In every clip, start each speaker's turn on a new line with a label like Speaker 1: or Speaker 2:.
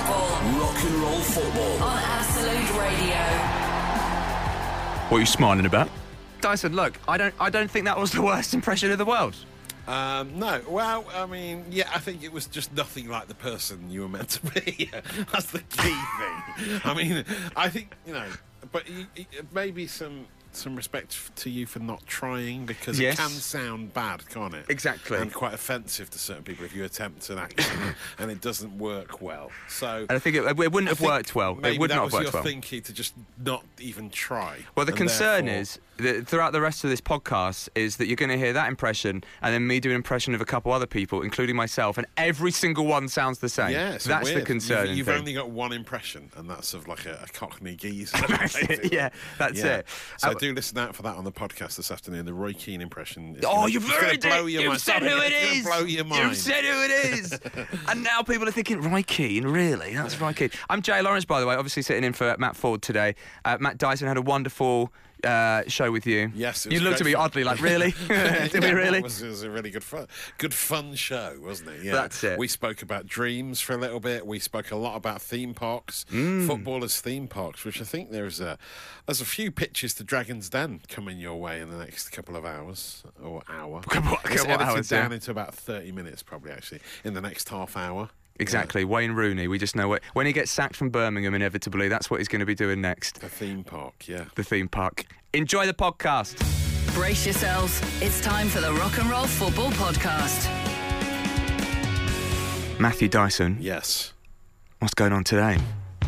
Speaker 1: Rock and roll football.
Speaker 2: On Absolute Radio.
Speaker 3: What are you smiling about?
Speaker 4: Dyson, look, I don't, I don't think that was the worst impression in the world.
Speaker 5: Um, no, well, I mean, yeah, I think it was just nothing like the person you were meant to be. That's the key thing. I mean, I think you know, but y- y- maybe some some respect f- to you for not trying because
Speaker 4: Yes.
Speaker 5: it can sound bad, can't it?
Speaker 4: Exactly.
Speaker 5: and quite offensive to certain people if you attempt an action and it doesn't work well. So.
Speaker 4: And I think it, it wouldn't
Speaker 5: I
Speaker 4: have
Speaker 5: think
Speaker 4: worked well.
Speaker 5: Maybe
Speaker 4: It would
Speaker 5: that
Speaker 4: not have
Speaker 5: was
Speaker 4: worked
Speaker 5: your
Speaker 4: well.
Speaker 5: thinking to just not even try.
Speaker 4: Well, the
Speaker 5: and
Speaker 4: concern
Speaker 5: therefore-
Speaker 4: is that throughout the rest of this podcast is that you're going to hear that impression and then me do an impression of a couple other people, including myself, and every single one sounds the same.
Speaker 5: Yeah, it's
Speaker 4: that's
Speaker 5: weird.
Speaker 4: the concern.
Speaker 5: You've, you've
Speaker 4: thing.
Speaker 5: only got one impression, and that's of like a, a Cockney geezer.
Speaker 4: That's it,
Speaker 5: basically.
Speaker 4: yeah, that's it.
Speaker 5: So
Speaker 4: Uh,
Speaker 5: do listen out for that on the podcast this afternoon. The Roy Keane impression. Is
Speaker 4: Oh,
Speaker 5: gonna,
Speaker 4: you've
Speaker 5: it's gonna
Speaker 4: ruined
Speaker 5: blow
Speaker 4: it!
Speaker 5: Your
Speaker 4: you've
Speaker 5: mind.
Speaker 4: said who it
Speaker 5: It's gonna
Speaker 4: is!
Speaker 5: Blow your mind.
Speaker 4: You've said who it is! and now people are thinking, Roy Keane, really? That's Roy Keane. I'm Jay Lawrence, by the way, obviously sitting in for Matt Ford today. Uh, Matt Dyson had a wonderful uh, show with you.
Speaker 5: Yes, it
Speaker 4: You
Speaker 5: was
Speaker 4: looked at me
Speaker 5: great fun.
Speaker 4: oddly, like, really? Did we
Speaker 5: Yeah,
Speaker 4: really?
Speaker 5: It was, it was a really good fun, good fun show, wasn't it? Yeah.
Speaker 4: That's it.
Speaker 5: We spoke about dreams for a little bit. We spoke a lot about theme parks,
Speaker 4: Mm.
Speaker 5: footballers' theme parks, which I think there's a there's a few pitches to Dragons Den coming your way in the next couple of hours or hour.
Speaker 4: Couple-
Speaker 5: It's
Speaker 4: couple
Speaker 5: edited
Speaker 4: hours, yeah.
Speaker 5: down into about thirty minutes, probably actually in the next half hour.
Speaker 4: Exactly, Wayne Rooney. We just know what, when he gets sacked from Birmingham, inevitably, that's what he's going to be doing next.
Speaker 5: The theme park, yeah.
Speaker 4: The theme park. Enjoy the podcast.
Speaker 2: Brace yourselves. It's time for the Rock and Roll Football Podcast.
Speaker 4: Matthew Dyson,
Speaker 5: Yes.
Speaker 4: what's going on today?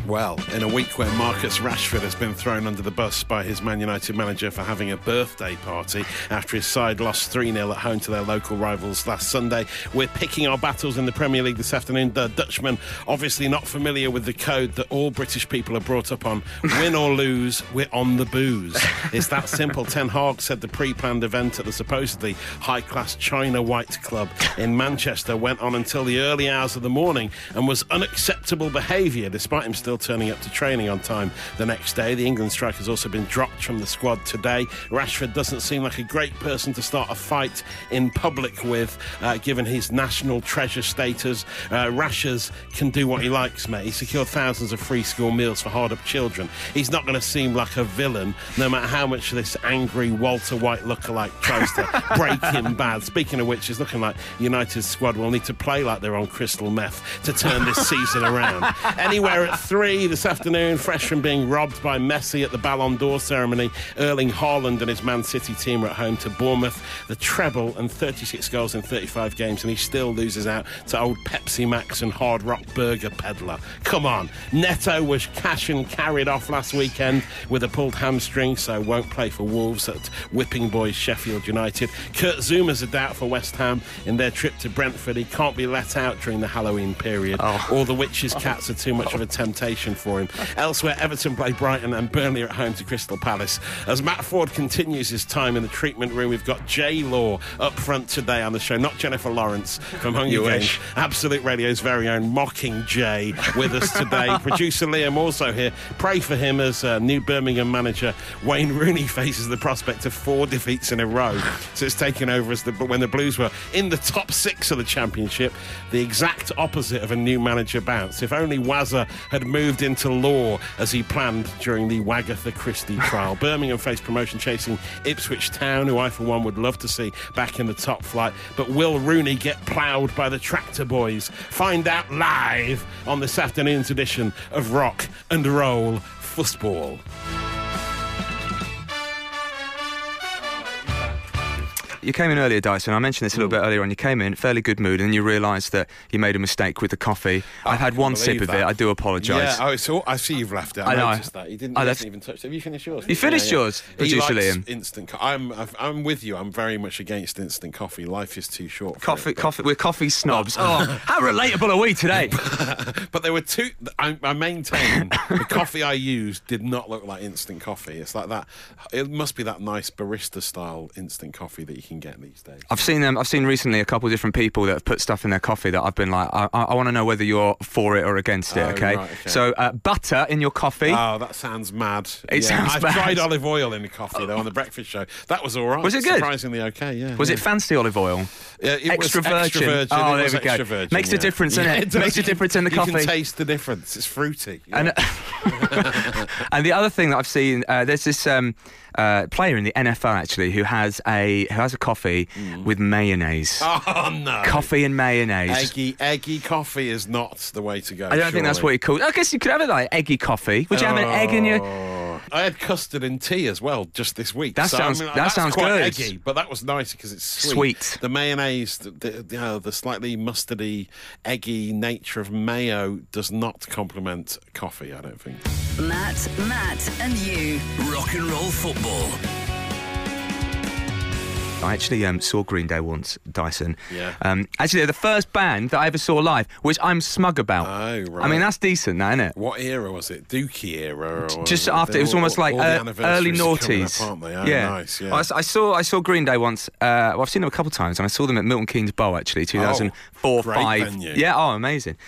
Speaker 5: Well, in a week where Marcus Rashford has been thrown under the bus by his Man United manager for having a birthday party after his side lost 3 0 at home to their local rivals last Sunday, we're picking our battles in the Premier League this afternoon. The Dutchman, obviously not familiar with the code that all British people are brought up on win or lose, we're on the booze. It's that simple. Ten Hag said the pre planned event at the supposedly high class China White Club in Manchester went on until the early hours of the morning and was unacceptable behaviour, despite him still turning up to training on time the next day. The England striker has also been dropped from the squad today. Rashford doesn't seem like a great person to start a fight in public with, uh, given his national treasure status. Uh, Rashers can do what he likes, mate. He secured thousands of free school meals for hard up children. He's not going to seem like a villain, no matter how much this angry Walter White lookalike tries to break him bad. Speaking of which, it's looking like United's squad will need to play like they're on crystal meth to turn this season around. Anywhere at three this afternoon, fresh from being robbed by Messi at the Ballon d'Or ceremony, Erling Haaland and his Man City team are at home to Bournemouth, the treble and 36 goals in 35 games, and he still loses out to old Pepsi Max and Hard Rock Burger Peddler. Come on. Neto was cash and carried off last weekend with a pulled hamstring, so won't play for Wolves at Whipping Boys Sheffield United. Kurt Zuma's a doubt for West Ham in their trip to Brentford. He can't be let out during the Halloween period,
Speaker 4: Oh.
Speaker 5: or the Witches' Cats are too much of a temptation for him. Elsewhere, Everton play Brighton and Burnley are at home to Crystal Palace. As Matt Ford continues his time in the treatment room, we've got Jay Law up front today on the show, not Jennifer Lawrence from Hunger
Speaker 4: You
Speaker 5: Games.
Speaker 4: wish.
Speaker 5: Absolute Radio's very own Mocking Jay with us today. Producer Liam also here. Pray for him as uh, new Birmingham manager Wayne Rooney faces the prospect of four defeats in a row since taking over as the but when the Blues were in the top six of the championship, the exact opposite of a new manager bounce. If only Wazza had moved into law as he planned during the Wagatha Christie trial. Birmingham faced promotion chasing Ipswich Town, who I for one would love to see back in the top flight. But will Rooney get ploughed by the Tractor Boys? Find out live on this afternoon's edition of Rock and Roll Fussball.
Speaker 4: You came in earlier, Dyson. I mentioned this a
Speaker 5: Hmm.
Speaker 4: little bit earlier on. You came in fairly good mood, and then you realised that you made a mistake with the coffee. I've had one sip
Speaker 5: believe
Speaker 4: of it.
Speaker 5: that.
Speaker 4: I do apologise.
Speaker 5: Yeah, oh, so I see you've left it. I,
Speaker 4: I know.
Speaker 5: noticed that. You didn't,
Speaker 4: I
Speaker 5: you
Speaker 4: left-
Speaker 5: didn't even touch it. Have you finished yours?
Speaker 4: You finished yours,
Speaker 5: He
Speaker 4: producer
Speaker 5: likes
Speaker 4: Liam.
Speaker 5: Instant co- I'm, I've- I'm with you. I'm very much against instant coffee. Life is too short for
Speaker 4: coffee,
Speaker 5: it, but-
Speaker 4: coffee. We're coffee snobs. oh, how relatable are we today?
Speaker 5: But there were two. I, I maintain the coffee I used did not look like instant coffee. It's like that. It must be that nice barista style instant coffee that you can can get these days.
Speaker 4: I've seen them. I've seen recently a couple of different people that have put stuff in their coffee that I've been like, I, I, I want to know whether you're for it or against it.
Speaker 5: Oh,
Speaker 4: okay?
Speaker 5: right, okay.
Speaker 4: So uh, butter in your coffee.
Speaker 5: Oh, that sounds mad.
Speaker 4: It sounds
Speaker 5: I've
Speaker 4: bad.
Speaker 5: tried olive oil in the coffee though on the breakfast show. That was all right.
Speaker 4: Was it good?
Speaker 5: Surprisingly okay. Yeah.
Speaker 4: was
Speaker 5: yeah.
Speaker 4: it fancy olive oil?
Speaker 5: Yeah, it
Speaker 4: extra
Speaker 5: was
Speaker 4: virgin?
Speaker 5: Extra virgin.
Speaker 4: Oh,
Speaker 5: it
Speaker 4: there
Speaker 5: was
Speaker 4: we go.
Speaker 5: extra virgin,
Speaker 4: Makes a
Speaker 5: yeah.
Speaker 4: difference, innit?
Speaker 5: it does.
Speaker 4: Makes a
Speaker 5: You can-
Speaker 4: difference in the
Speaker 5: You
Speaker 4: coffee.
Speaker 5: can taste the difference. It's fruity. Yeah.
Speaker 4: And, uh, and the other thing that I've seen, uh, there's this um, uh, player in the NFL actually who has a who has a coffee
Speaker 5: Hmm.
Speaker 4: with mayonnaise,
Speaker 5: oh no.
Speaker 4: coffee and mayonnaise.
Speaker 5: Eggy, eggy coffee is not the way to go.
Speaker 4: I don't think that's what you call. I guess you could have it like eggy coffee. Would you have an egg in your?
Speaker 5: Oh. I had custard and tea as well just this week.
Speaker 4: That sounds-
Speaker 5: I mean,
Speaker 4: that
Speaker 5: that's
Speaker 4: sounds
Speaker 5: quite
Speaker 4: good.
Speaker 5: Eggy, but that was nice because it's sweet.
Speaker 4: Sweet.
Speaker 5: The mayonnaise, the the, the, uh, the slightly mustardy, eggy nature of mayo does not complement coffee. I don't think.
Speaker 2: Matt, Matt, and you.
Speaker 1: Rock and roll football.
Speaker 4: I actually um, saw Green Day once, Dyson.
Speaker 5: Oh. Yeah.
Speaker 4: Um, actually, they're the first band that I ever saw live, which I'm smug about.
Speaker 5: Oh, right.
Speaker 4: I mean, that's decent, now, isn't it?
Speaker 5: What era was it? Dookie era? Or
Speaker 4: Just after it was
Speaker 5: All-
Speaker 4: almost like
Speaker 5: all the
Speaker 4: uh, early
Speaker 5: anniversaries are coming
Speaker 4: noughties.
Speaker 5: up, aren't they? Oh,
Speaker 4: yeah.
Speaker 5: nice. Yeah.
Speaker 4: Well, I s- I, saw I saw Green Day once. Uh, well, I've seen them a couple of times, and I saw them at Milton Keynes Bowl actually, 2004,
Speaker 5: Oh, great
Speaker 4: five.
Speaker 5: venue.
Speaker 4: Yeah. Oh, amazing.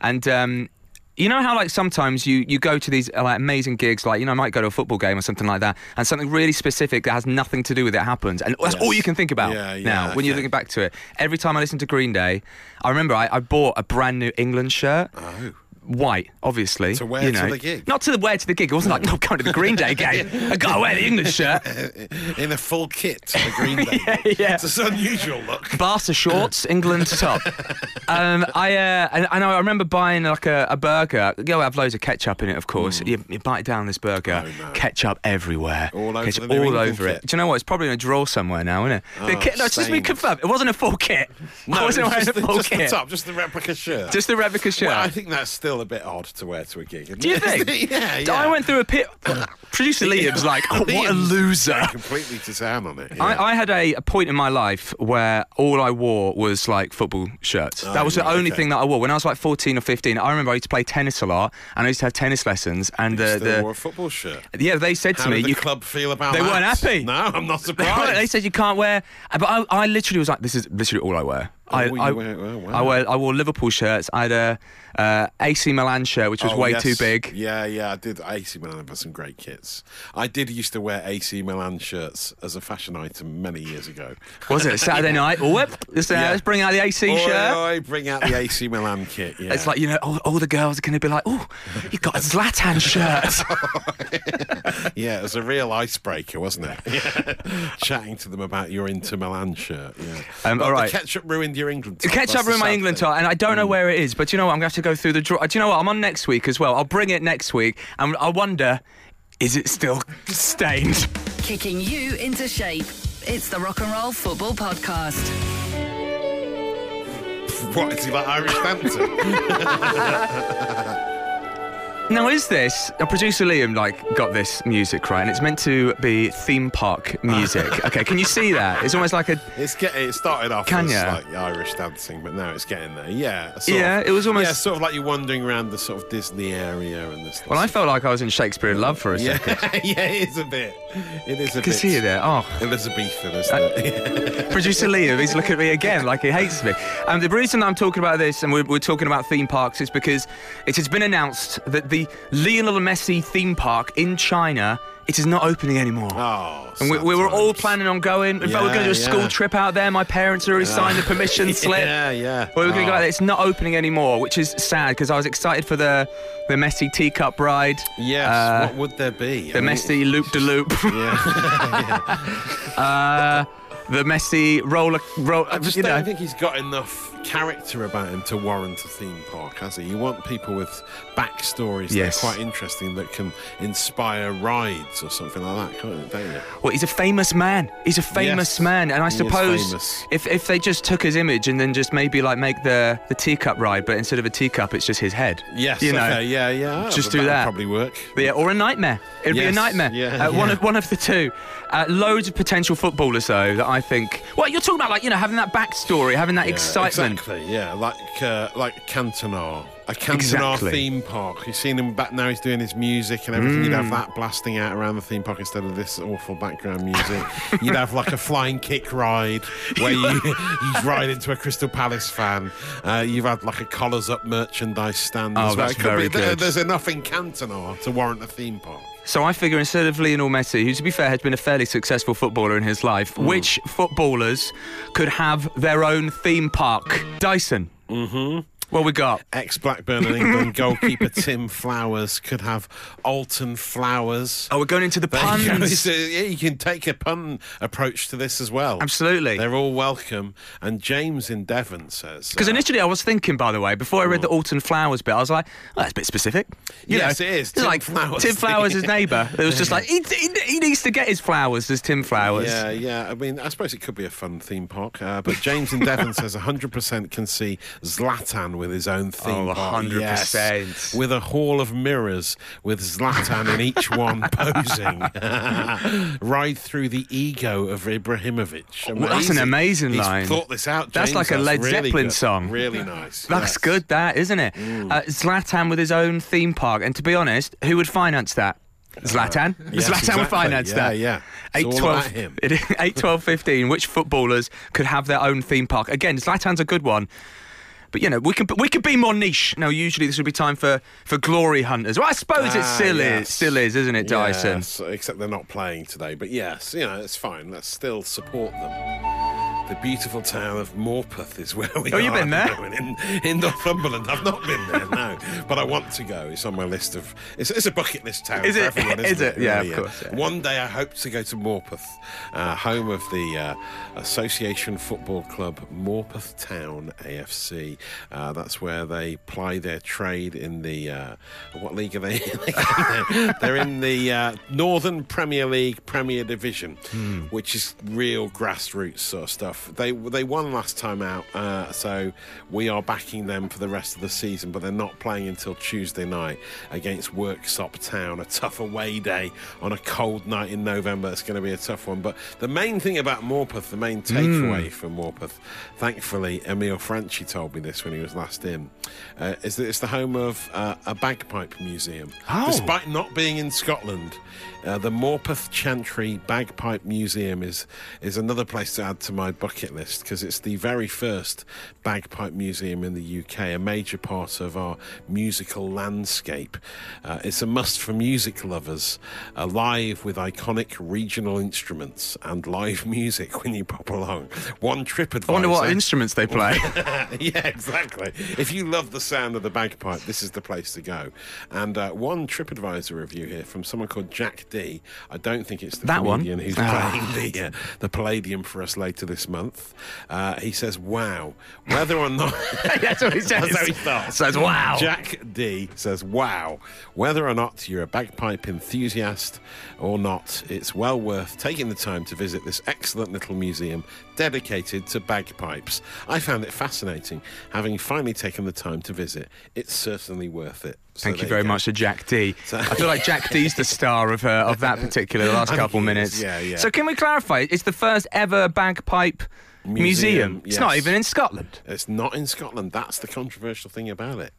Speaker 4: And um, you know how like sometimes you you go to these uh, like amazing gigs, like you know I might go to a football game or something like that, and something really specific that has nothing to do with it happens, and that's
Speaker 5: Yes.
Speaker 4: all you can think about
Speaker 5: Yeah, yeah,
Speaker 4: now when you're
Speaker 5: okay.
Speaker 4: looking back to it. Every time I listen to Green Day, I remember I, I bought a brand new England shirt.
Speaker 5: Oh.
Speaker 4: White, obviously.
Speaker 5: To wear
Speaker 4: you
Speaker 5: to
Speaker 4: know.
Speaker 5: the gig.
Speaker 4: Not to the wear to the gig. It wasn't like, no, I'm going to the Green Day game. I got to wear the English shirt.
Speaker 5: in a full kit, the Green Day.
Speaker 4: yeah.
Speaker 5: It's an unusual look.
Speaker 4: Barca shorts, England top. Um, I uh, and, and I remember buying like a, a burger. You know, have loads of ketchup in it, of
Speaker 5: Mm.
Speaker 4: course. You, you bite down this burger,
Speaker 5: Oh, no.
Speaker 4: ketchup everywhere,
Speaker 5: All over
Speaker 4: ketchup
Speaker 5: the New
Speaker 4: all
Speaker 5: England
Speaker 4: over it.
Speaker 5: kit.
Speaker 4: Do you know what? It's probably in a drawer somewhere now, isn't it? the
Speaker 5: Oh,
Speaker 4: kit, no, it's just been
Speaker 5: stained.
Speaker 4: confirmed. It wasn't a full kit. I wasn't
Speaker 5: it's
Speaker 4: wearing
Speaker 5: just,
Speaker 4: a
Speaker 5: the,
Speaker 4: full
Speaker 5: just the
Speaker 4: kit.
Speaker 5: top, just the replica shirt.
Speaker 4: Just the replica shirt.
Speaker 5: Well, I think that's still a bit odd to wear to a gig. isn't
Speaker 4: Do you
Speaker 5: it?
Speaker 4: think?
Speaker 5: yeah, yeah.
Speaker 4: I went through a pit. Producer Liam's like, oh, what a
Speaker 5: Liam's
Speaker 4: loser.
Speaker 5: completely to town on it. yeah.
Speaker 4: I, I had a, a point in my life where all I wore was like football shirts. that was the
Speaker 5: right,
Speaker 4: only
Speaker 5: Oh, okay.
Speaker 4: thing that I wore. When I was like 14 or 15, I remember I used to play tennis a lot and I used to have tennis lessons. And
Speaker 5: You
Speaker 4: the,
Speaker 5: still wore a
Speaker 4: the
Speaker 5: football shirt.
Speaker 4: yeah, they said
Speaker 5: How
Speaker 4: to me,
Speaker 5: did the
Speaker 4: you
Speaker 5: club feel about
Speaker 4: They
Speaker 5: that?
Speaker 4: weren't happy.
Speaker 5: No, I'm not surprised.
Speaker 4: they said you can't wear, but I, I literally was like, this is literally all I wear. I,
Speaker 5: Oh, you
Speaker 4: I,
Speaker 5: wear- well, wow.
Speaker 4: I wear- I wore Liverpool shirts. I had a uh, AC Milan shirt, which was
Speaker 5: Oh,
Speaker 4: way
Speaker 5: yes.
Speaker 4: too big.
Speaker 5: Yeah, yeah, I did. AC Milan have had some great kits. I did used to wear AC Milan shirts as a fashion item many years ago.
Speaker 4: Was it Saturday night? Oh, whip. Let's, uh,
Speaker 5: Yeah. uh,
Speaker 4: let's bring out the AC shirt.
Speaker 5: I bring out the AC Milan kit. Yeah.
Speaker 4: It's like, you know, all, all the girls are going to be like, oh, you've got a Zlatan shirt.
Speaker 5: yeah, it was a real icebreaker, wasn't it? Chatting to them about your Inter Milan shirt. Yeah.
Speaker 4: Um,
Speaker 5: But
Speaker 4: all
Speaker 5: the
Speaker 4: right.
Speaker 5: ketchup ruined your England.
Speaker 4: The
Speaker 5: top, that's
Speaker 4: ketchup
Speaker 5: the
Speaker 4: room, my
Speaker 5: sad Mm.
Speaker 4: England
Speaker 5: thing.
Speaker 4: top, and I don't know where it is, but you know what? I'm going to have to go through the drawer. Do you know what? I'm on next week as well. I'll bring it next week, and I wonder, is it still stained?
Speaker 2: Kicking you into shape. It's the Rock and Roll Football Podcast.
Speaker 5: What is he like Irish banter?
Speaker 4: Now, is this. Now, producer Liam, like, got this music right, and it's meant to be theme park music. okay, can you see that? It's almost like a.
Speaker 5: it's get, it started off
Speaker 4: Can
Speaker 5: as
Speaker 4: ya?
Speaker 5: like Irish dancing, but now it's getting there. Yeah. sort
Speaker 4: Yeah,
Speaker 5: of-
Speaker 4: it was almost-
Speaker 5: yeah, sort of like you're wandering around the sort of Disney area and this.
Speaker 4: Well, I felt like I was in Shakespeare in Love for a
Speaker 5: yeah,
Speaker 4: second.
Speaker 5: yeah, it is a bit. It is a
Speaker 4: I can
Speaker 5: bit.
Speaker 4: see you there. Oh.
Speaker 5: Elizabethan, isn't it?
Speaker 4: Producer Liam, he's looking at me again like he hates me. Um, the reason I'm talking about this and we're, we're talking about theme parks is because it has been announced that the Lionel Messi theme park in China it is not opening anymore.
Speaker 5: oh,
Speaker 4: and we,
Speaker 5: sad
Speaker 4: we were all
Speaker 5: times.
Speaker 4: planning on going. In fact, we're
Speaker 5: Yeah,
Speaker 4: going to do a
Speaker 5: yeah.
Speaker 4: school trip out there. My parents already signed the permission slip.
Speaker 5: Yeah, yeah.
Speaker 4: Well, we're going to go
Speaker 5: Oh.
Speaker 4: out there. It's not opening anymore, which is sad because I was excited for the the Messi teacup ride.
Speaker 5: Yes.
Speaker 4: Uh,
Speaker 5: what would there be?
Speaker 4: the
Speaker 5: I mean,
Speaker 4: Messi loop de loop.
Speaker 5: Yeah.
Speaker 4: Uh, The Messi roller roll.
Speaker 5: I just
Speaker 4: you
Speaker 5: don't
Speaker 4: know.
Speaker 5: think he's got enough character about him to warrant a theme park, has he? You want people with backstories
Speaker 4: Yes.
Speaker 5: that are quite interesting that can inspire rides or something like that, can't it, don't you?
Speaker 4: Well, he's a famous man. He's a famous
Speaker 5: Yes,
Speaker 4: man, and I
Speaker 5: he is
Speaker 4: suppose
Speaker 5: famous.
Speaker 4: if, if they just took his image and then just maybe like make the, the teacup ride, but instead of a teacup, it's just his head.
Speaker 5: Yes.
Speaker 4: you know,
Speaker 5: okay, yeah, yeah.
Speaker 4: Just
Speaker 5: but
Speaker 4: do
Speaker 5: that'd
Speaker 4: that.
Speaker 5: Probably work.
Speaker 4: Yeah, or a nightmare. It'd be a
Speaker 5: Yes,
Speaker 4: nightmare.
Speaker 5: yeah,
Speaker 4: uh, One
Speaker 5: yeah.
Speaker 4: of one of the two. Uh, loads of potential footballers though that I think. Well, you're talking about like you know having that backstory, having that
Speaker 5: Yeah,
Speaker 4: excitement.
Speaker 5: Exactly. Yeah, like uh, like Cantona a Cantonar
Speaker 4: Exactly.
Speaker 5: theme park. You've seen him back now, he's doing his music and everything. You'd have that blasting out around the theme park instead of this awful background music. You'd have like a flying kick ride where you, you'd ride into a Crystal Palace fan. Uh, you've had like a collars up merchandise stand
Speaker 4: Oh,
Speaker 5: as well.
Speaker 4: that's
Speaker 5: It could
Speaker 4: very
Speaker 5: be- there-
Speaker 4: good.
Speaker 5: There's enough in Cantonar to warrant a theme park.
Speaker 4: So I figure instead of Lionel Messi, who to be fair has been a fairly successful footballer in his life,
Speaker 5: Mm.
Speaker 4: which footballers could have their own theme park? Dyson. Mm-hmm. What we got?
Speaker 5: Ex Blackburn and England goalkeeper Tim Flowers could have Alton Flowers.
Speaker 4: Oh, we're going into the
Speaker 5: There you go.
Speaker 4: puns.
Speaker 5: So, yeah, you can take a pun approach to this as well.
Speaker 4: Absolutely.
Speaker 5: They're all welcome. And James in Devon says.
Speaker 4: Because
Speaker 5: uh,
Speaker 4: initially I was thinking, by the way, before I read the Alton Flowers bit, I was like, oh, that's a bit specific.
Speaker 5: Oh. Yes, it is.
Speaker 4: It's
Speaker 5: Tim
Speaker 4: like
Speaker 5: Flowers.
Speaker 4: Tim Flowers' neighbour. It was just like, he, he, he needs to get his flowers, there's Tim Flowers.
Speaker 5: Yeah, yeah. I mean, I suppose it could be a fun theme park. Uh, but James in Devon says 100% can see Zlatan with his own theme
Speaker 4: Oh,
Speaker 5: park.
Speaker 4: 100%.
Speaker 5: Yes. With a hall of mirrors with Zlatan in each one posing. Ride through the ego of Ibrahimovic.
Speaker 4: Well, Oh, that's an amazing
Speaker 5: He's
Speaker 4: line.
Speaker 5: thought this out,
Speaker 4: That's
Speaker 5: James.
Speaker 4: like a Led
Speaker 5: really
Speaker 4: Zeppelin
Speaker 5: good.
Speaker 4: song.
Speaker 5: Really nice.
Speaker 4: That's
Speaker 5: yes. Mm.
Speaker 4: good, that, isn't it? Uh, Zlatan with his own theme park. And to be honest, who would finance that? Zlatan?
Speaker 5: Uh, yes,
Speaker 4: Zlatan
Speaker 5: exactly.
Speaker 4: would finance
Speaker 5: Yeah,
Speaker 4: that.
Speaker 5: yeah. It's
Speaker 4: 8,
Speaker 5: all
Speaker 4: 12,
Speaker 5: about him.
Speaker 4: it is- 8, 12, 15. Which footballers could have their own theme park? Again, Zlatan's a good one. But, you know, we can we could be more niche. Now, usually this would be time for, for glory hunters. Well, I suppose it
Speaker 5: Ah,
Speaker 4: still
Speaker 5: yes.
Speaker 4: is, still is, isn't it, Dyson?
Speaker 5: Yes, except they're not playing today. But yes, you know, it's fine. Let's still support them. The beautiful town of Morpeth is where we
Speaker 4: Oh,
Speaker 5: are.
Speaker 4: you've been
Speaker 5: at the
Speaker 4: there?
Speaker 5: moment, In, in Northumberland. I've not been there, no. But I want to go. It's on my list of... It's, it's a bucket list town
Speaker 4: Is
Speaker 5: for
Speaker 4: it?
Speaker 5: everyone, isn't
Speaker 4: Is it? Yeah,
Speaker 5: Really,
Speaker 4: of course, yeah.
Speaker 5: One day I hope to go to Morpeth, uh, home of the uh, Association Football Club Morpeth Town AFC. Uh, that's where they ply their trade in the uh, what league are they? in? They're in the uh, Northern Premier League Premier Division, which is real grassroots sort of stuff. They they won last time out, uh, so we are backing them for the rest of the season. But they're not playing until Tuesday night against Worksop Town, a tough away day on a cold night in November. It's going to be a tough one. But the main thing about Morpeth, the main takeaway for Morpeth, thankfully, Emil Franchi told me this when he was last in, uh, is that it's the home of uh, a bagpipe museum.
Speaker 4: Oh.
Speaker 5: Despite not being in Scotland, uh, the Morpeth Chantry Bagpipe Museum is is another place to add to my bucket list because it's the very first bagpipe museum in the UK, a major part of our musical landscape. Uh, it's a must for music lovers, uh, live with iconic regional instruments and live music when you pop along. One trip
Speaker 4: I
Speaker 5: advisor.
Speaker 4: wonder what instruments they play.
Speaker 5: yeah, exactly. If you love the sound of the bagpipe, this is the place to go. And uh, one TripAdvisor review here from someone called Jack D. I don't think it's the
Speaker 4: That one?
Speaker 5: comedian who's
Speaker 4: Ah.
Speaker 5: playing the, uh, the Palladium for us later this month. Uh, he says, "Wow, whether or not."
Speaker 4: That's what he says.
Speaker 5: That's how he starts.
Speaker 4: Says, wow.
Speaker 5: Jack D says, Wow, whether or not you're a bagpipe enthusiast or not, it's well worth taking the time to visit this excellent little museum dedicated to bagpipes. I found it fascinating having finally taken the time to visit. It's certainly worth it. So
Speaker 4: Thank you
Speaker 5: there
Speaker 4: very
Speaker 5: go.
Speaker 4: much to Jack D. I feel like Jack D's the star of uh, of that particular last couple
Speaker 5: he is,
Speaker 4: minutes.
Speaker 5: yeah, yeah.
Speaker 4: So can we clarify? It's the first ever bagpipe museum.
Speaker 5: Museum,
Speaker 4: It's not
Speaker 5: yes.
Speaker 4: even in Scotland.
Speaker 5: It's not in Scotland. That's the controversial thing about it.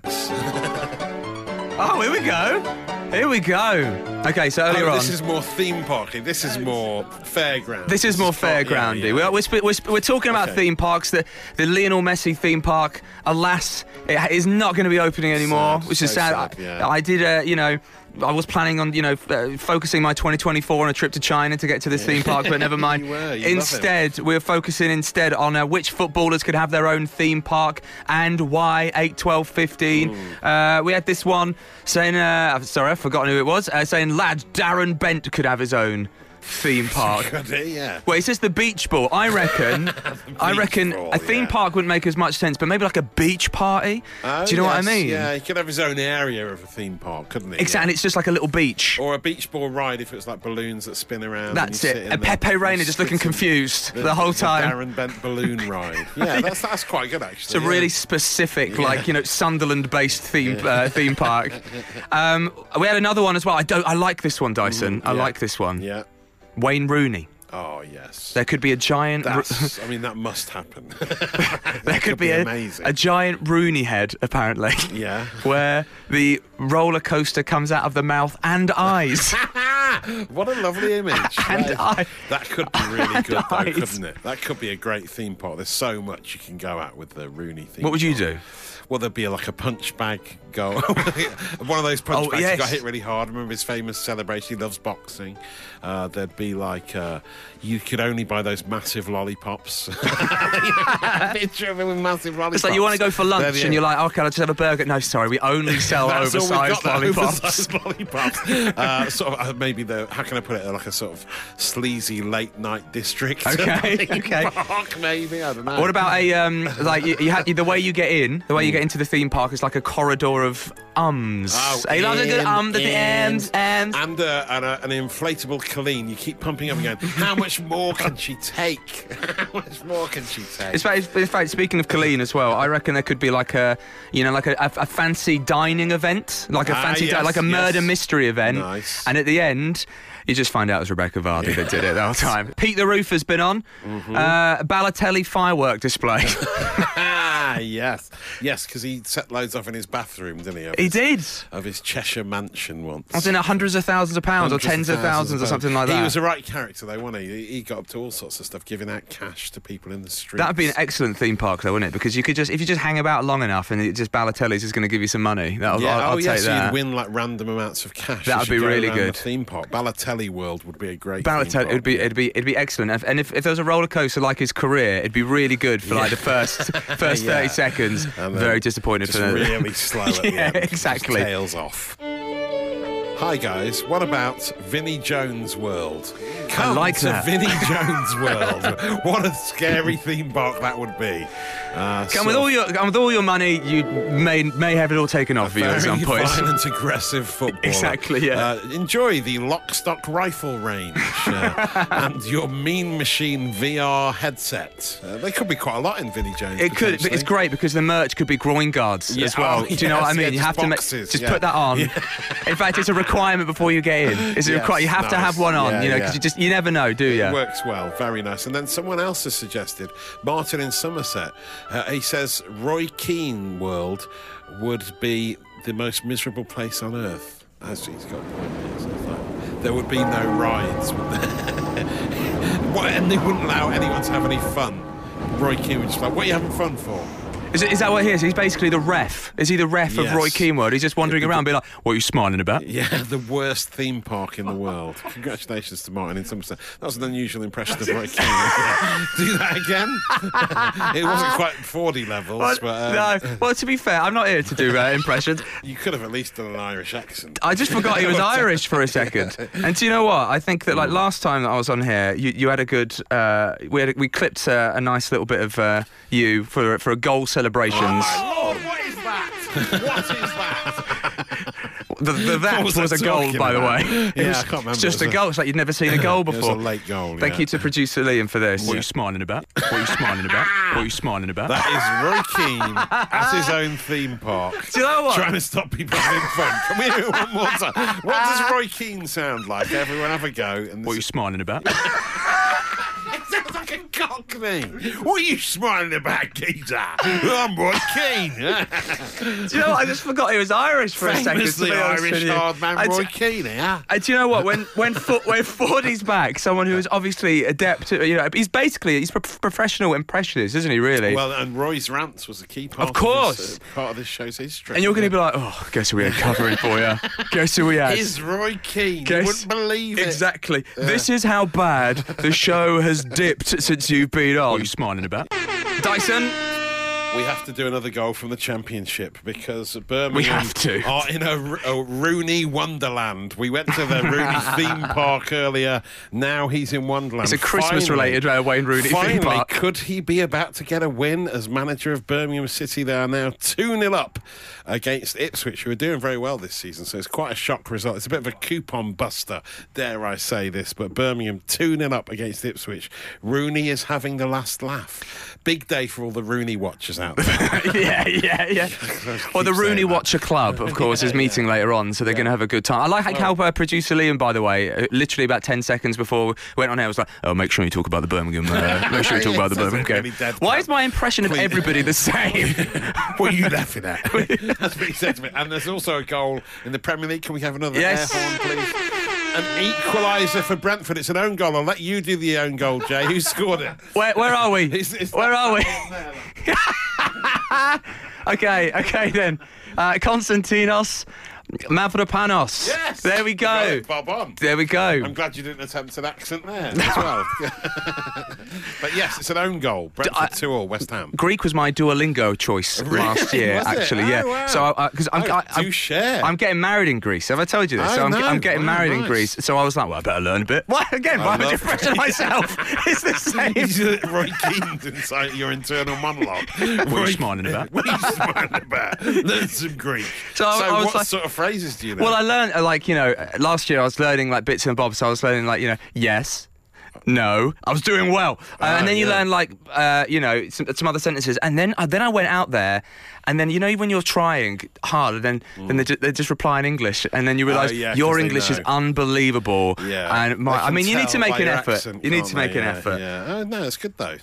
Speaker 4: Oh, here we go. Here we go. Okay, so earlier
Speaker 5: Oh,
Speaker 4: on.
Speaker 5: this is more theme parky. This is more fairground.
Speaker 4: This is more
Speaker 5: part- yeah,
Speaker 4: fairgroundy.
Speaker 5: yeah.
Speaker 4: We're, we're, sp- we're, sp- we're talking about
Speaker 5: Okay.
Speaker 4: theme parks. The, the Lionel Messi theme park, alas, it ha- is not going to be opening anymore,
Speaker 5: Sad,
Speaker 4: which is
Speaker 5: so
Speaker 4: sad.
Speaker 5: sad,
Speaker 4: I,
Speaker 5: yeah.
Speaker 4: I did, uh, you know, I was planning on, you know, f- uh, focusing my 2024 on a trip to China to get to this theme park, but never mind.
Speaker 5: were, you love it.
Speaker 4: instead, we're focusing instead on uh, which footballers could have their own theme park and why. 8, 12, 15. Uh, we had this one saying, uh, I've- sorry, I've forgotten who it was, uh, saying, lad, Darren Bent could have his own theme park.
Speaker 5: Good, yeah.
Speaker 4: Well, it says the beach ball. I reckon, I
Speaker 5: beach
Speaker 4: reckon
Speaker 5: ball,
Speaker 4: a theme
Speaker 5: yeah.
Speaker 4: park wouldn't make as much sense, but maybe like a beach party.
Speaker 5: Oh,
Speaker 4: Do you know
Speaker 5: yes,
Speaker 4: what I mean?
Speaker 5: Yeah, he could have his own area of a theme park, couldn't he?
Speaker 4: Exactly. It's just like a little beach.
Speaker 5: Yeah. Or a beach ball ride if it was like balloons that spin around. Oh, and
Speaker 4: That's
Speaker 5: you sit in
Speaker 4: it. And
Speaker 5: the-
Speaker 4: Pepe
Speaker 5: you
Speaker 4: Reina just
Speaker 5: sit
Speaker 4: looking
Speaker 5: in
Speaker 4: confused the, whole time.
Speaker 5: Darren Bent balloon ride. Yeah, that's that's quite good actually.
Speaker 4: It's a
Speaker 5: yeah.
Speaker 4: really specific, like you know, Sunderland-based theme uh, theme park. Um, we had another one as well. I don't. I like this one, Dyson. I
Speaker 5: Mm, yeah.
Speaker 4: like this one.
Speaker 5: yeah.
Speaker 4: Wayne Rooney.
Speaker 5: Oh yes.
Speaker 4: There could be a giant. Ro-
Speaker 5: That's, I mean, that must happen.
Speaker 4: there could, be, a,
Speaker 5: amazing.
Speaker 4: a giant Rooney head, apparently.
Speaker 5: Yeah.
Speaker 4: Where the roller coaster comes out of the mouth and eyes.
Speaker 5: what a lovely image.
Speaker 4: And
Speaker 5: that,
Speaker 4: I-
Speaker 5: that could be really good, though,
Speaker 4: eyes.
Speaker 5: couldn't it? That could be a great theme park. There's so much you can go at with the Rooney theme.
Speaker 4: What would you
Speaker 5: park.
Speaker 4: do?
Speaker 5: Well, there'd be like a punch bag go. One of those punch
Speaker 4: Oh,
Speaker 5: bags
Speaker 4: yes.
Speaker 5: that got hit really hard. Remember his famous celebration? He loves boxing. Uh, there'd be like, uh, you could only buy those massive lollipops. Picture of him with massive lollipops.
Speaker 4: It's like you want to go for
Speaker 5: They're
Speaker 4: lunch
Speaker 5: the-
Speaker 4: and you're like, oh, can I just have a burger? No, sorry, we only sell
Speaker 5: That's all we've
Speaker 4: oversized
Speaker 5: got, the
Speaker 4: lollipops.
Speaker 5: Oversized lollipops. uh, sort of, uh, maybe the how can I put it? Like a sort of sleazy late night district.
Speaker 4: Okay, okay.
Speaker 5: Park maybe I don't know.
Speaker 4: What about a um like you, you had the way you get in the way you get into the theme park is like a corridor of ums.
Speaker 5: Mm. Oh,
Speaker 4: you love the good
Speaker 5: in,
Speaker 4: um the
Speaker 5: in.
Speaker 4: ends ends.
Speaker 5: and, uh, and uh, an inflatable Colleen? You keep pumping up again. How much more can she take? how much more can she take?
Speaker 4: In fact, in fact, speaking of Colleen as well, I reckon there could be like a, you know, like a, a, a fancy dining event, like a
Speaker 5: Ah,
Speaker 4: fancy, di-
Speaker 5: yes,
Speaker 4: like a murder
Speaker 5: yes.
Speaker 4: mystery event.
Speaker 5: Nice.
Speaker 4: And at the end, you just find out it was Rebecca Vardy that did it the whole time. Pete the Roof has been on.
Speaker 5: Mm-hmm.
Speaker 4: Uh, Balotelli firework display.
Speaker 5: ah, yes, yes, because he set loads off in his bathroom, didn't he? of
Speaker 4: he
Speaker 5: his-
Speaker 4: did.
Speaker 5: Of his Cheshire mansion once.
Speaker 4: I was in hundreds of thousands of pounds or tens of thousands, or something like that.
Speaker 5: He was a right character, though, wasn't he? He- He got up to all sorts of stuff, giving out cash to people in the street.
Speaker 4: That'd be an excellent theme park, though, wouldn't it? Because you could just, if you just hang about long enough, and it just Balotelli's just going to give you some money. That'll,
Speaker 5: yeah,
Speaker 4: I'll, I'll
Speaker 5: oh yeah,
Speaker 4: take
Speaker 5: so
Speaker 4: that.
Speaker 5: you'd win like random amounts of cash.
Speaker 4: That'd
Speaker 5: as you
Speaker 4: be
Speaker 5: go
Speaker 4: really
Speaker 5: around the
Speaker 4: good.
Speaker 5: theme park, Balotelli World would be a great.
Speaker 4: Balotelli, it'd be it'd be it'd be excellent. If- And if, if there was a roller coaster like his career, it'd be really good for like the first first
Speaker 5: Yeah.
Speaker 4: thirty seconds.
Speaker 5: And then
Speaker 4: Very disappointed
Speaker 5: just
Speaker 4: for them.
Speaker 5: really slow. At the
Speaker 4: Yeah,
Speaker 5: end. Just
Speaker 4: exactly.
Speaker 5: tails off. Hi guys, what about Vinnie Jones World? Come
Speaker 4: like
Speaker 5: to
Speaker 4: that.
Speaker 5: Vinnie Jones World. what a scary theme park that would be. Uh,
Speaker 4: Come
Speaker 5: sort
Speaker 4: with all
Speaker 5: of
Speaker 4: your come with all your money, you may may have it all taken off you
Speaker 5: very
Speaker 4: at some point.
Speaker 5: Violent, aggressive football.
Speaker 4: Exactly, yeah.
Speaker 5: Uh, enjoy the Lockstock rifle range uh, and your Mean Machine VR headset. Uh, they could be quite a lot in Vinnie Jones.
Speaker 4: It could. but It's
Speaker 5: potentially.
Speaker 4: great because the merch could be groin guards
Speaker 5: Yeah,
Speaker 4: as well.
Speaker 5: oh,
Speaker 4: Do you know what I
Speaker 5: yes,
Speaker 4: mean?
Speaker 5: yeah,
Speaker 4: you
Speaker 5: just
Speaker 4: have to ma-
Speaker 5: boxes,
Speaker 4: just
Speaker 5: yeah.
Speaker 4: put that on.
Speaker 5: Yeah.
Speaker 4: In fact, it's a requirement before you get in. It's a
Speaker 5: Yes,
Speaker 4: require. You have to
Speaker 5: nice.
Speaker 4: have one on.
Speaker 5: Yeah,
Speaker 4: you know,
Speaker 5: yeah.
Speaker 4: because you just you never know, do
Speaker 5: It
Speaker 4: you?
Speaker 5: works well, very nice. And then someone else has suggested Martin in Somerset. Uh, he says Roy Keane World would be the most miserable place on earth. Actually, he's got a point there, so it's like- There would be no rides, would there? What- and they wouldn't allow anyone to have any fun. Roy Keane would just be like, "What are you having fun for?"
Speaker 4: Is, it, is that what he is? He's basically the ref. Is he the ref of
Speaker 5: Yes.
Speaker 4: Roy Keemwood? He's just wandering around, being like, "What are you smiling about?"
Speaker 5: Yeah, the worst theme park in the world. Congratulations to Martin in Somerset. That was an unusual impression of Roy Keane. Yeah. Do that again? it wasn't quite 40 levels,
Speaker 4: Well,
Speaker 5: but um,
Speaker 4: no. Well, to be fair, I'm not here to do uh, impressions.
Speaker 5: you could have at least done an Irish accent.
Speaker 4: I just forgot he was Irish for a second. And do you know what? I think that like last time that I was on here, you, you had a good. Uh, we had, we clipped uh, a nice little bit of uh, you for for a goal celebrations.
Speaker 5: Oh, Lord, what is that? What is that?
Speaker 4: the, the, that
Speaker 5: What
Speaker 4: was,
Speaker 5: was I
Speaker 4: a goal,
Speaker 5: talking
Speaker 4: by
Speaker 5: about?
Speaker 4: the way.
Speaker 5: Yeah,
Speaker 4: It was-
Speaker 5: I can't remember.
Speaker 4: It's just
Speaker 5: It
Speaker 4: a
Speaker 5: was a-
Speaker 4: goal. It's like you'd never seen a goal
Speaker 5: was a
Speaker 4: before.
Speaker 5: late goal,
Speaker 4: Thank
Speaker 5: yeah.
Speaker 4: you to producer Liam for this.
Speaker 3: What are you smiling about? What are you smiling about? What are you smiling about?
Speaker 5: That is Roy Keane at his own theme park.
Speaker 4: Do you know what?
Speaker 5: Trying to stop people having fun. Can we hear it one more time? What does Roy Keane sound like? Everyone have a go. And
Speaker 3: What are you
Speaker 5: this
Speaker 3: smiling about?
Speaker 5: It sounds like a cockney. What are you smiling about, geezer? I'm Roy Keane.
Speaker 4: Do you know what? I just forgot he was Irish for a second. to
Speaker 5: Famously
Speaker 4: be honest with
Speaker 5: Irish
Speaker 4: you.
Speaker 5: hard man
Speaker 4: I d-
Speaker 5: Roy Keane, yeah?
Speaker 4: And do you know what? When when Fo- when Ford is back, someone who is obviously adept, at, you know, he's basically he's a pro- professional impressionist, isn't he? Really.
Speaker 5: Well, and Roy's rants was a key part
Speaker 4: Of
Speaker 5: this,
Speaker 4: course.
Speaker 5: uh, part of this show's history.
Speaker 4: and you're going to be like, oh, guess who we had covering for you? Guess who we had?
Speaker 5: is Roy Keane?
Speaker 4: Guess-
Speaker 5: You wouldn't believe it.
Speaker 4: Exactly. This is how bad the show has dipped since you've been
Speaker 3: What are
Speaker 4: on.
Speaker 3: you smiling about?
Speaker 4: Dyson.
Speaker 5: We have to do another goal from the championship because Birmingham
Speaker 4: We have to.
Speaker 5: are in a, Ro- a Rooney wonderland. We went to the Rooney theme park earlier. Now he's in Wonderland.
Speaker 4: It's a Christmas-related, uh, Wayne Rooney theme
Speaker 5: finally,
Speaker 4: park.
Speaker 5: Could he be about to get a win as manager of Birmingham City? They are now 2 0 up against Ipswich, who are doing very well this season. So it's quite a shock result. It's a bit of a coupon buster, dare I say this. But Birmingham 2 0 up against Ipswich. Rooney is having the last laugh. Big day for all the Rooney watchers out there.
Speaker 4: yeah, yeah, yeah. Or the
Speaker 5: saying
Speaker 4: Rooney
Speaker 5: that.
Speaker 4: Watcher Club, of course, is meeting later on, so they're going to have a good time. I like how uh, producer Liam, by the way, uh, literally about 10 seconds before we went on air, was like, oh, make sure you talk about the Birmingham. Uh, make sure you talk about the
Speaker 5: Sounds like
Speaker 4: Birmingham. game."
Speaker 5: really dead
Speaker 4: Why
Speaker 5: club.
Speaker 4: is my impression of everybody the same?
Speaker 5: what are you laughing at? That's what he said to me. And there's also a goal in the Premier League. Can we have another
Speaker 4: Yes.
Speaker 5: air horn, please? An equaliser for Brentford. It's an own goal. I'll let you do the own goal, Jay. Who scored it?
Speaker 4: Where, where are we?
Speaker 5: It's- it's
Speaker 4: where are we?
Speaker 5: There, look.
Speaker 4: Okay, okay then. Uh, Konstantinos Mavropanos.
Speaker 5: Yes.
Speaker 4: There we
Speaker 5: You got
Speaker 4: go.
Speaker 5: it, Bob on.
Speaker 4: There we go.
Speaker 5: I'm glad you didn't attempt an accent there as well. but yes, it's an own goal. Brentford
Speaker 4: I-
Speaker 5: 2 all West Ham.
Speaker 4: Greek was my Duolingo choice last year,
Speaker 5: Was it?
Speaker 4: actually. Yeah.
Speaker 5: Oh, wow.
Speaker 4: So, because I'm,
Speaker 5: Oh,
Speaker 4: I, I'm,
Speaker 5: do share.
Speaker 4: I'm getting married in Greece. Have I told you this?
Speaker 5: Oh,
Speaker 4: so I'm,
Speaker 5: no.
Speaker 4: I'm getting
Speaker 5: Oh,
Speaker 4: married in
Speaker 5: nice.
Speaker 4: Greece. So I was like, well, I better learn a bit. Why again? Why would you
Speaker 5: love-
Speaker 4: pressure myself? it's the
Speaker 5: He's
Speaker 4: same.
Speaker 5: uh, Roy Keane inside your internal monologue.
Speaker 3: What are
Speaker 5: Roy-
Speaker 3: you smiling about?
Speaker 5: What are you smiling about? Learn some Greek.
Speaker 4: So I- I was
Speaker 5: what
Speaker 4: like-
Speaker 5: sort of phrases do you know?
Speaker 4: Well, I learned uh, like you know uh, last year I was learning like bits and bobs. So I was learning like you know yes. No, I was doing well, Uh, and then you
Speaker 5: Ah, yeah.
Speaker 4: learn like uh, you know some, some other sentences, and then uh, then I went out there, and then you know when you're trying hard, and then then they, ju- they just reply in English, and then you realise
Speaker 5: Mm. Oh, yeah, 'cause
Speaker 4: your
Speaker 5: they
Speaker 4: English is
Speaker 5: know.
Speaker 4: unbelievable.
Speaker 5: yeah.
Speaker 4: and my,
Speaker 5: They
Speaker 4: I
Speaker 5: can
Speaker 4: mean you need to
Speaker 5: tell
Speaker 4: make
Speaker 5: by
Speaker 4: an
Speaker 5: your
Speaker 4: effort.
Speaker 5: accent,
Speaker 4: you need
Speaker 5: can't
Speaker 4: to make
Speaker 5: they?
Speaker 4: an
Speaker 5: Yeah,
Speaker 4: effort.
Speaker 5: Yeah. Oh, no, it's good though.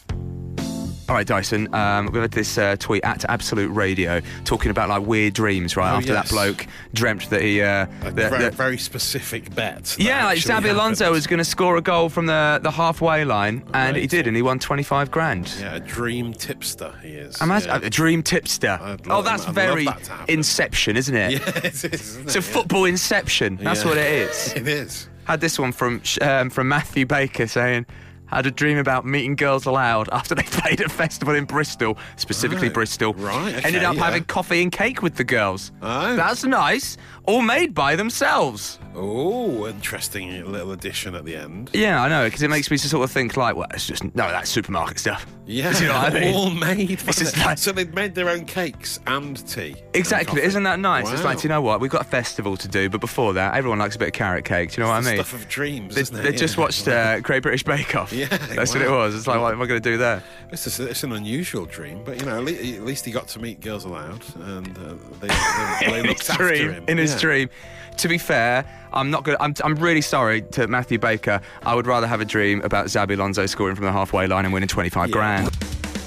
Speaker 4: All right, Dyson. Um, we had this uh, tweet at Absolute Radio talking about like weird dreams. Right after
Speaker 5: Oh, yes.
Speaker 4: that bloke dreamt that he, uh,
Speaker 5: A
Speaker 4: that-
Speaker 5: very,
Speaker 4: that-
Speaker 5: very specific bet. that
Speaker 4: yeah, like
Speaker 5: actually
Speaker 4: Xabi Alonso
Speaker 5: happened.
Speaker 4: was going to score a goal from the, the halfway line, and he
Speaker 5: Amazing.
Speaker 4: did, and he won twenty five grand.
Speaker 5: Yeah, a dream tipster he is.
Speaker 4: Imagine
Speaker 5: yeah.
Speaker 4: a dream tipster.
Speaker 5: I'd
Speaker 4: oh,
Speaker 5: love-
Speaker 4: that's
Speaker 5: I'd love
Speaker 4: very
Speaker 5: that to happen.
Speaker 4: Inception, isn't it?
Speaker 5: Yeah, it is, isn't
Speaker 4: It's a
Speaker 5: it?
Speaker 4: football inception. That's
Speaker 5: Yeah.
Speaker 4: what it is.
Speaker 5: It is.
Speaker 4: Had this one from sh- um, from Matthew Baker saying, "Had a dream about meeting girls aloud after they played a festival in Bristol, specifically
Speaker 5: Right.
Speaker 4: Bristol.
Speaker 5: Right, okay,
Speaker 4: Ended up
Speaker 5: yeah.
Speaker 4: having coffee and cake with the girls.
Speaker 5: Oh.
Speaker 4: That's nice. All made by themselves.
Speaker 5: Oh, interesting little addition at the end.
Speaker 4: Yeah, I know, because it makes me sort of think like, well, it's just no, that's supermarket stuff.
Speaker 5: Yeah,
Speaker 4: Do you know what I mean?
Speaker 5: all made.
Speaker 4: This is
Speaker 5: wasn't it?
Speaker 4: like-
Speaker 5: so they'd made their own cakes and tea. and
Speaker 4: Exactly,
Speaker 5: coffee.
Speaker 4: isn't that nice? It's like,
Speaker 5: Wow.
Speaker 4: do you know what? We've got a festival to do, but before that, everyone likes a bit of carrot cake. Do you know what I mean?
Speaker 5: Stuff of dreams,
Speaker 4: They,
Speaker 5: isn't it?
Speaker 4: they just
Speaker 5: Yeah.
Speaker 4: watched uh, Great British Bake Off.
Speaker 5: Yeah,
Speaker 4: that's what
Speaker 5: wow.
Speaker 4: it was. It's like, what am I going to do there?
Speaker 5: It's, just, it's an unusual dream, but you know, at le- at least he got to meet girls aloud, and uh, they, they, they
Speaker 4: in his
Speaker 5: looked after
Speaker 4: dream.
Speaker 5: him.
Speaker 4: In his
Speaker 5: Yeah.
Speaker 4: dream. To be fair, I'm not going. I'm, I'm really sorry to Matthew Baker. I would rather have a dream about Zabi Alonso scoring from the halfway line and winning 25 grand.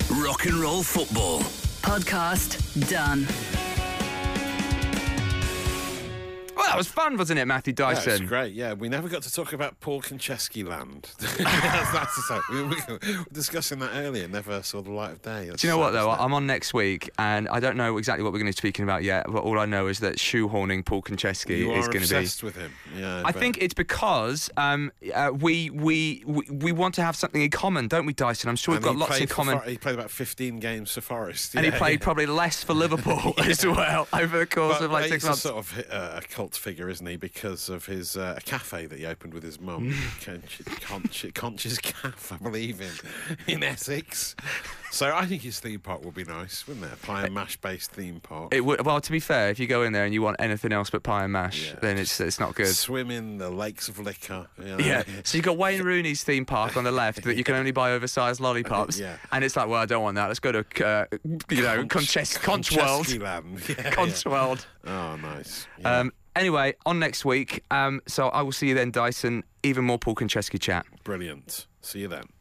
Speaker 1: Rock and roll football.
Speaker 2: Podcast done.
Speaker 4: Well, that was fun, wasn't it, Matthew
Speaker 5: That's
Speaker 4: Dyson?
Speaker 5: great. Yeah, we never got to talk about Paul Konchesky land. that's, that's the same. We, we were discussing that earlier. Never saw the light of day. That's
Speaker 4: Do you know what
Speaker 5: sad,
Speaker 4: though?
Speaker 5: isn't it?
Speaker 4: I'm on next week, and I don't know exactly what we're going to be speaking about yet. But all I know is that shoehorning Paul Konchesky
Speaker 5: You
Speaker 4: is
Speaker 5: are
Speaker 4: going to be.
Speaker 5: obsessed with him. Yeah,
Speaker 4: I
Speaker 5: but-
Speaker 4: think it's because um, uh, we, we we we want to have something in common, don't we, Dyson? I'm sure
Speaker 5: And
Speaker 4: we've got
Speaker 5: he
Speaker 4: lots in
Speaker 5: played for
Speaker 4: common.
Speaker 5: For, he played about 15 games for Forest.
Speaker 4: and he
Speaker 5: yeah.
Speaker 4: played probably less for Liverpool as well over the course
Speaker 5: But
Speaker 4: of like
Speaker 5: he's
Speaker 4: six
Speaker 5: a
Speaker 4: months.
Speaker 5: sort of uh, a cult figure, isn't he? Because of his uh, cafe that he opened with his mum, Conch, Conch, Conch's Calf, I believe in, in Essex. So I think his theme park would be nice, wouldn't it? A Pie and mash based theme park.
Speaker 4: It would, well, to be fair, if you go in there and you want anything else but pie and mash,
Speaker 5: Yeah.
Speaker 4: then it's it's not good.
Speaker 5: Swim in the lakes of liquor. you know.
Speaker 4: Yeah. So you've got Wayne Rooney's theme park on the left that you can only buy oversized lollipops.
Speaker 5: Yeah.
Speaker 4: And it's like, well, I don't want that. Let's go to, uh, you know, Conches- Conch World.
Speaker 5: Conchesky Land. Yeah, yeah.
Speaker 4: Conch World.
Speaker 5: Oh, nice. Yeah.
Speaker 4: Um, anyway, on next week. Um, so I will see you then, Dyson. Even more Paul Konchesky chat.
Speaker 5: Brilliant. See you then.